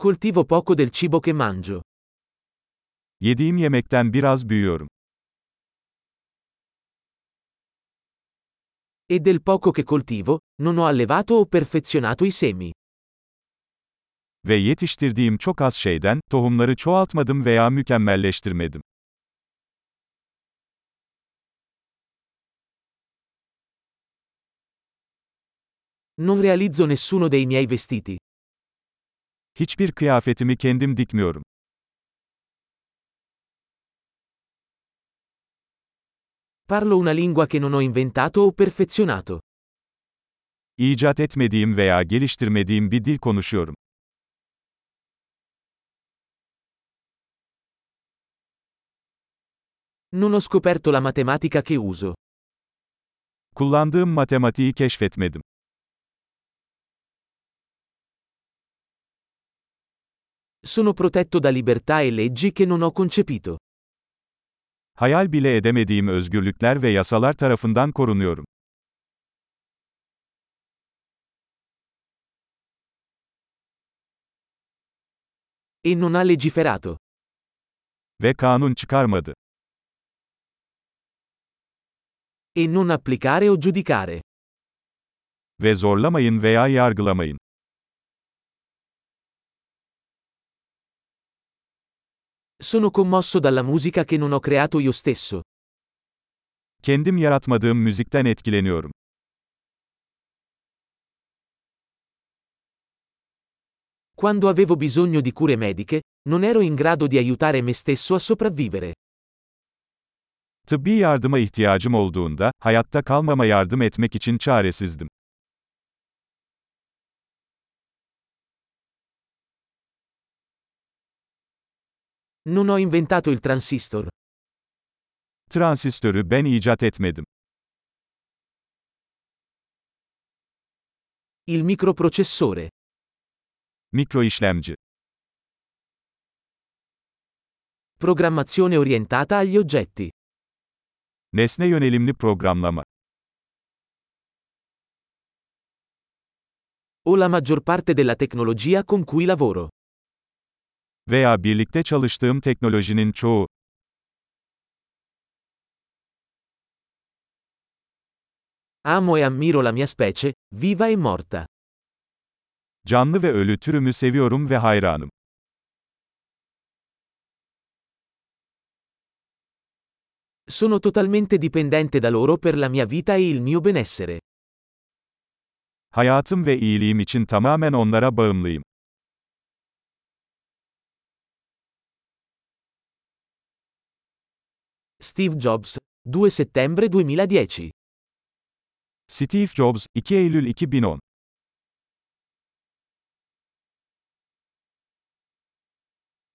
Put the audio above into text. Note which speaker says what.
Speaker 1: Coltivo poco del cibo che mangio.
Speaker 2: Yediğim yemekten biraz büyüyorum.
Speaker 1: E del poco che coltivo, non ho allevato o perfezionato i semi.
Speaker 2: Ve yetiştirdiğim çok az şeyden, tohumları çoğaltmadım veya mükemmelleştirmedim.
Speaker 1: Non realizzo nessuno dei miei vestiti.
Speaker 2: Hiçbir kıyafetimi kendim dikmiyorum.
Speaker 1: Parlo una lingua che non ho inventato o perfezionato.
Speaker 2: İcat etmediğim veya geliştirmediğim bir dil konuşuyorum.
Speaker 1: Non ho scoperto la matematica che uso.
Speaker 2: Kullandığım matematiği keşfetmedim.
Speaker 1: Sono protetto da libertà e leggi che non ho concepito.
Speaker 2: Hayal bile edemediğim özgürlükler ve yasalar tarafından korunuyorum.
Speaker 1: E non ha legiferato.
Speaker 2: Ve kanun çıkarmadı.
Speaker 1: E non applicare o giudicare.
Speaker 2: Ve zorlamayın veya yargılamayın.
Speaker 1: Sono commosso dalla musica che non ho creato io stesso.
Speaker 2: Kendim yaratmadığım müzikten etkileniyorum.
Speaker 1: Quando avevo bisogno di cure mediche, non ero in grado di aiutare me stesso a sopravvivere.
Speaker 2: Tıbbi yardıma ihtiyacım olduğunda, hayatta kalmama yardım etmek için çaresizdim.
Speaker 1: Non ho inventato il transistor.
Speaker 2: Transistörü ben icat etmedim.
Speaker 1: Il microprocessore.
Speaker 2: Mikroişlemci.
Speaker 1: Programmazione orientata agli oggetti.
Speaker 2: Nesne yönelimli programlama.
Speaker 1: Ho la maggior parte della tecnologia con cui lavoro.
Speaker 2: Veya birlikte çalıştığım teknolojinin çoğu.
Speaker 1: Amo e ammiro la mia specie, viva e morta.
Speaker 2: Canlı ve ölü türümü seviyorum ve hayranım.
Speaker 1: Sono totalmente dipendente da loro per la mia vita e il mio benessere.
Speaker 2: Hayatım ve iyiliğim için tamamen onlara bağımlıyım.
Speaker 1: Steve Jobs, 2 settembre 2010.
Speaker 2: Steve Jobs, 2 Eylül 2010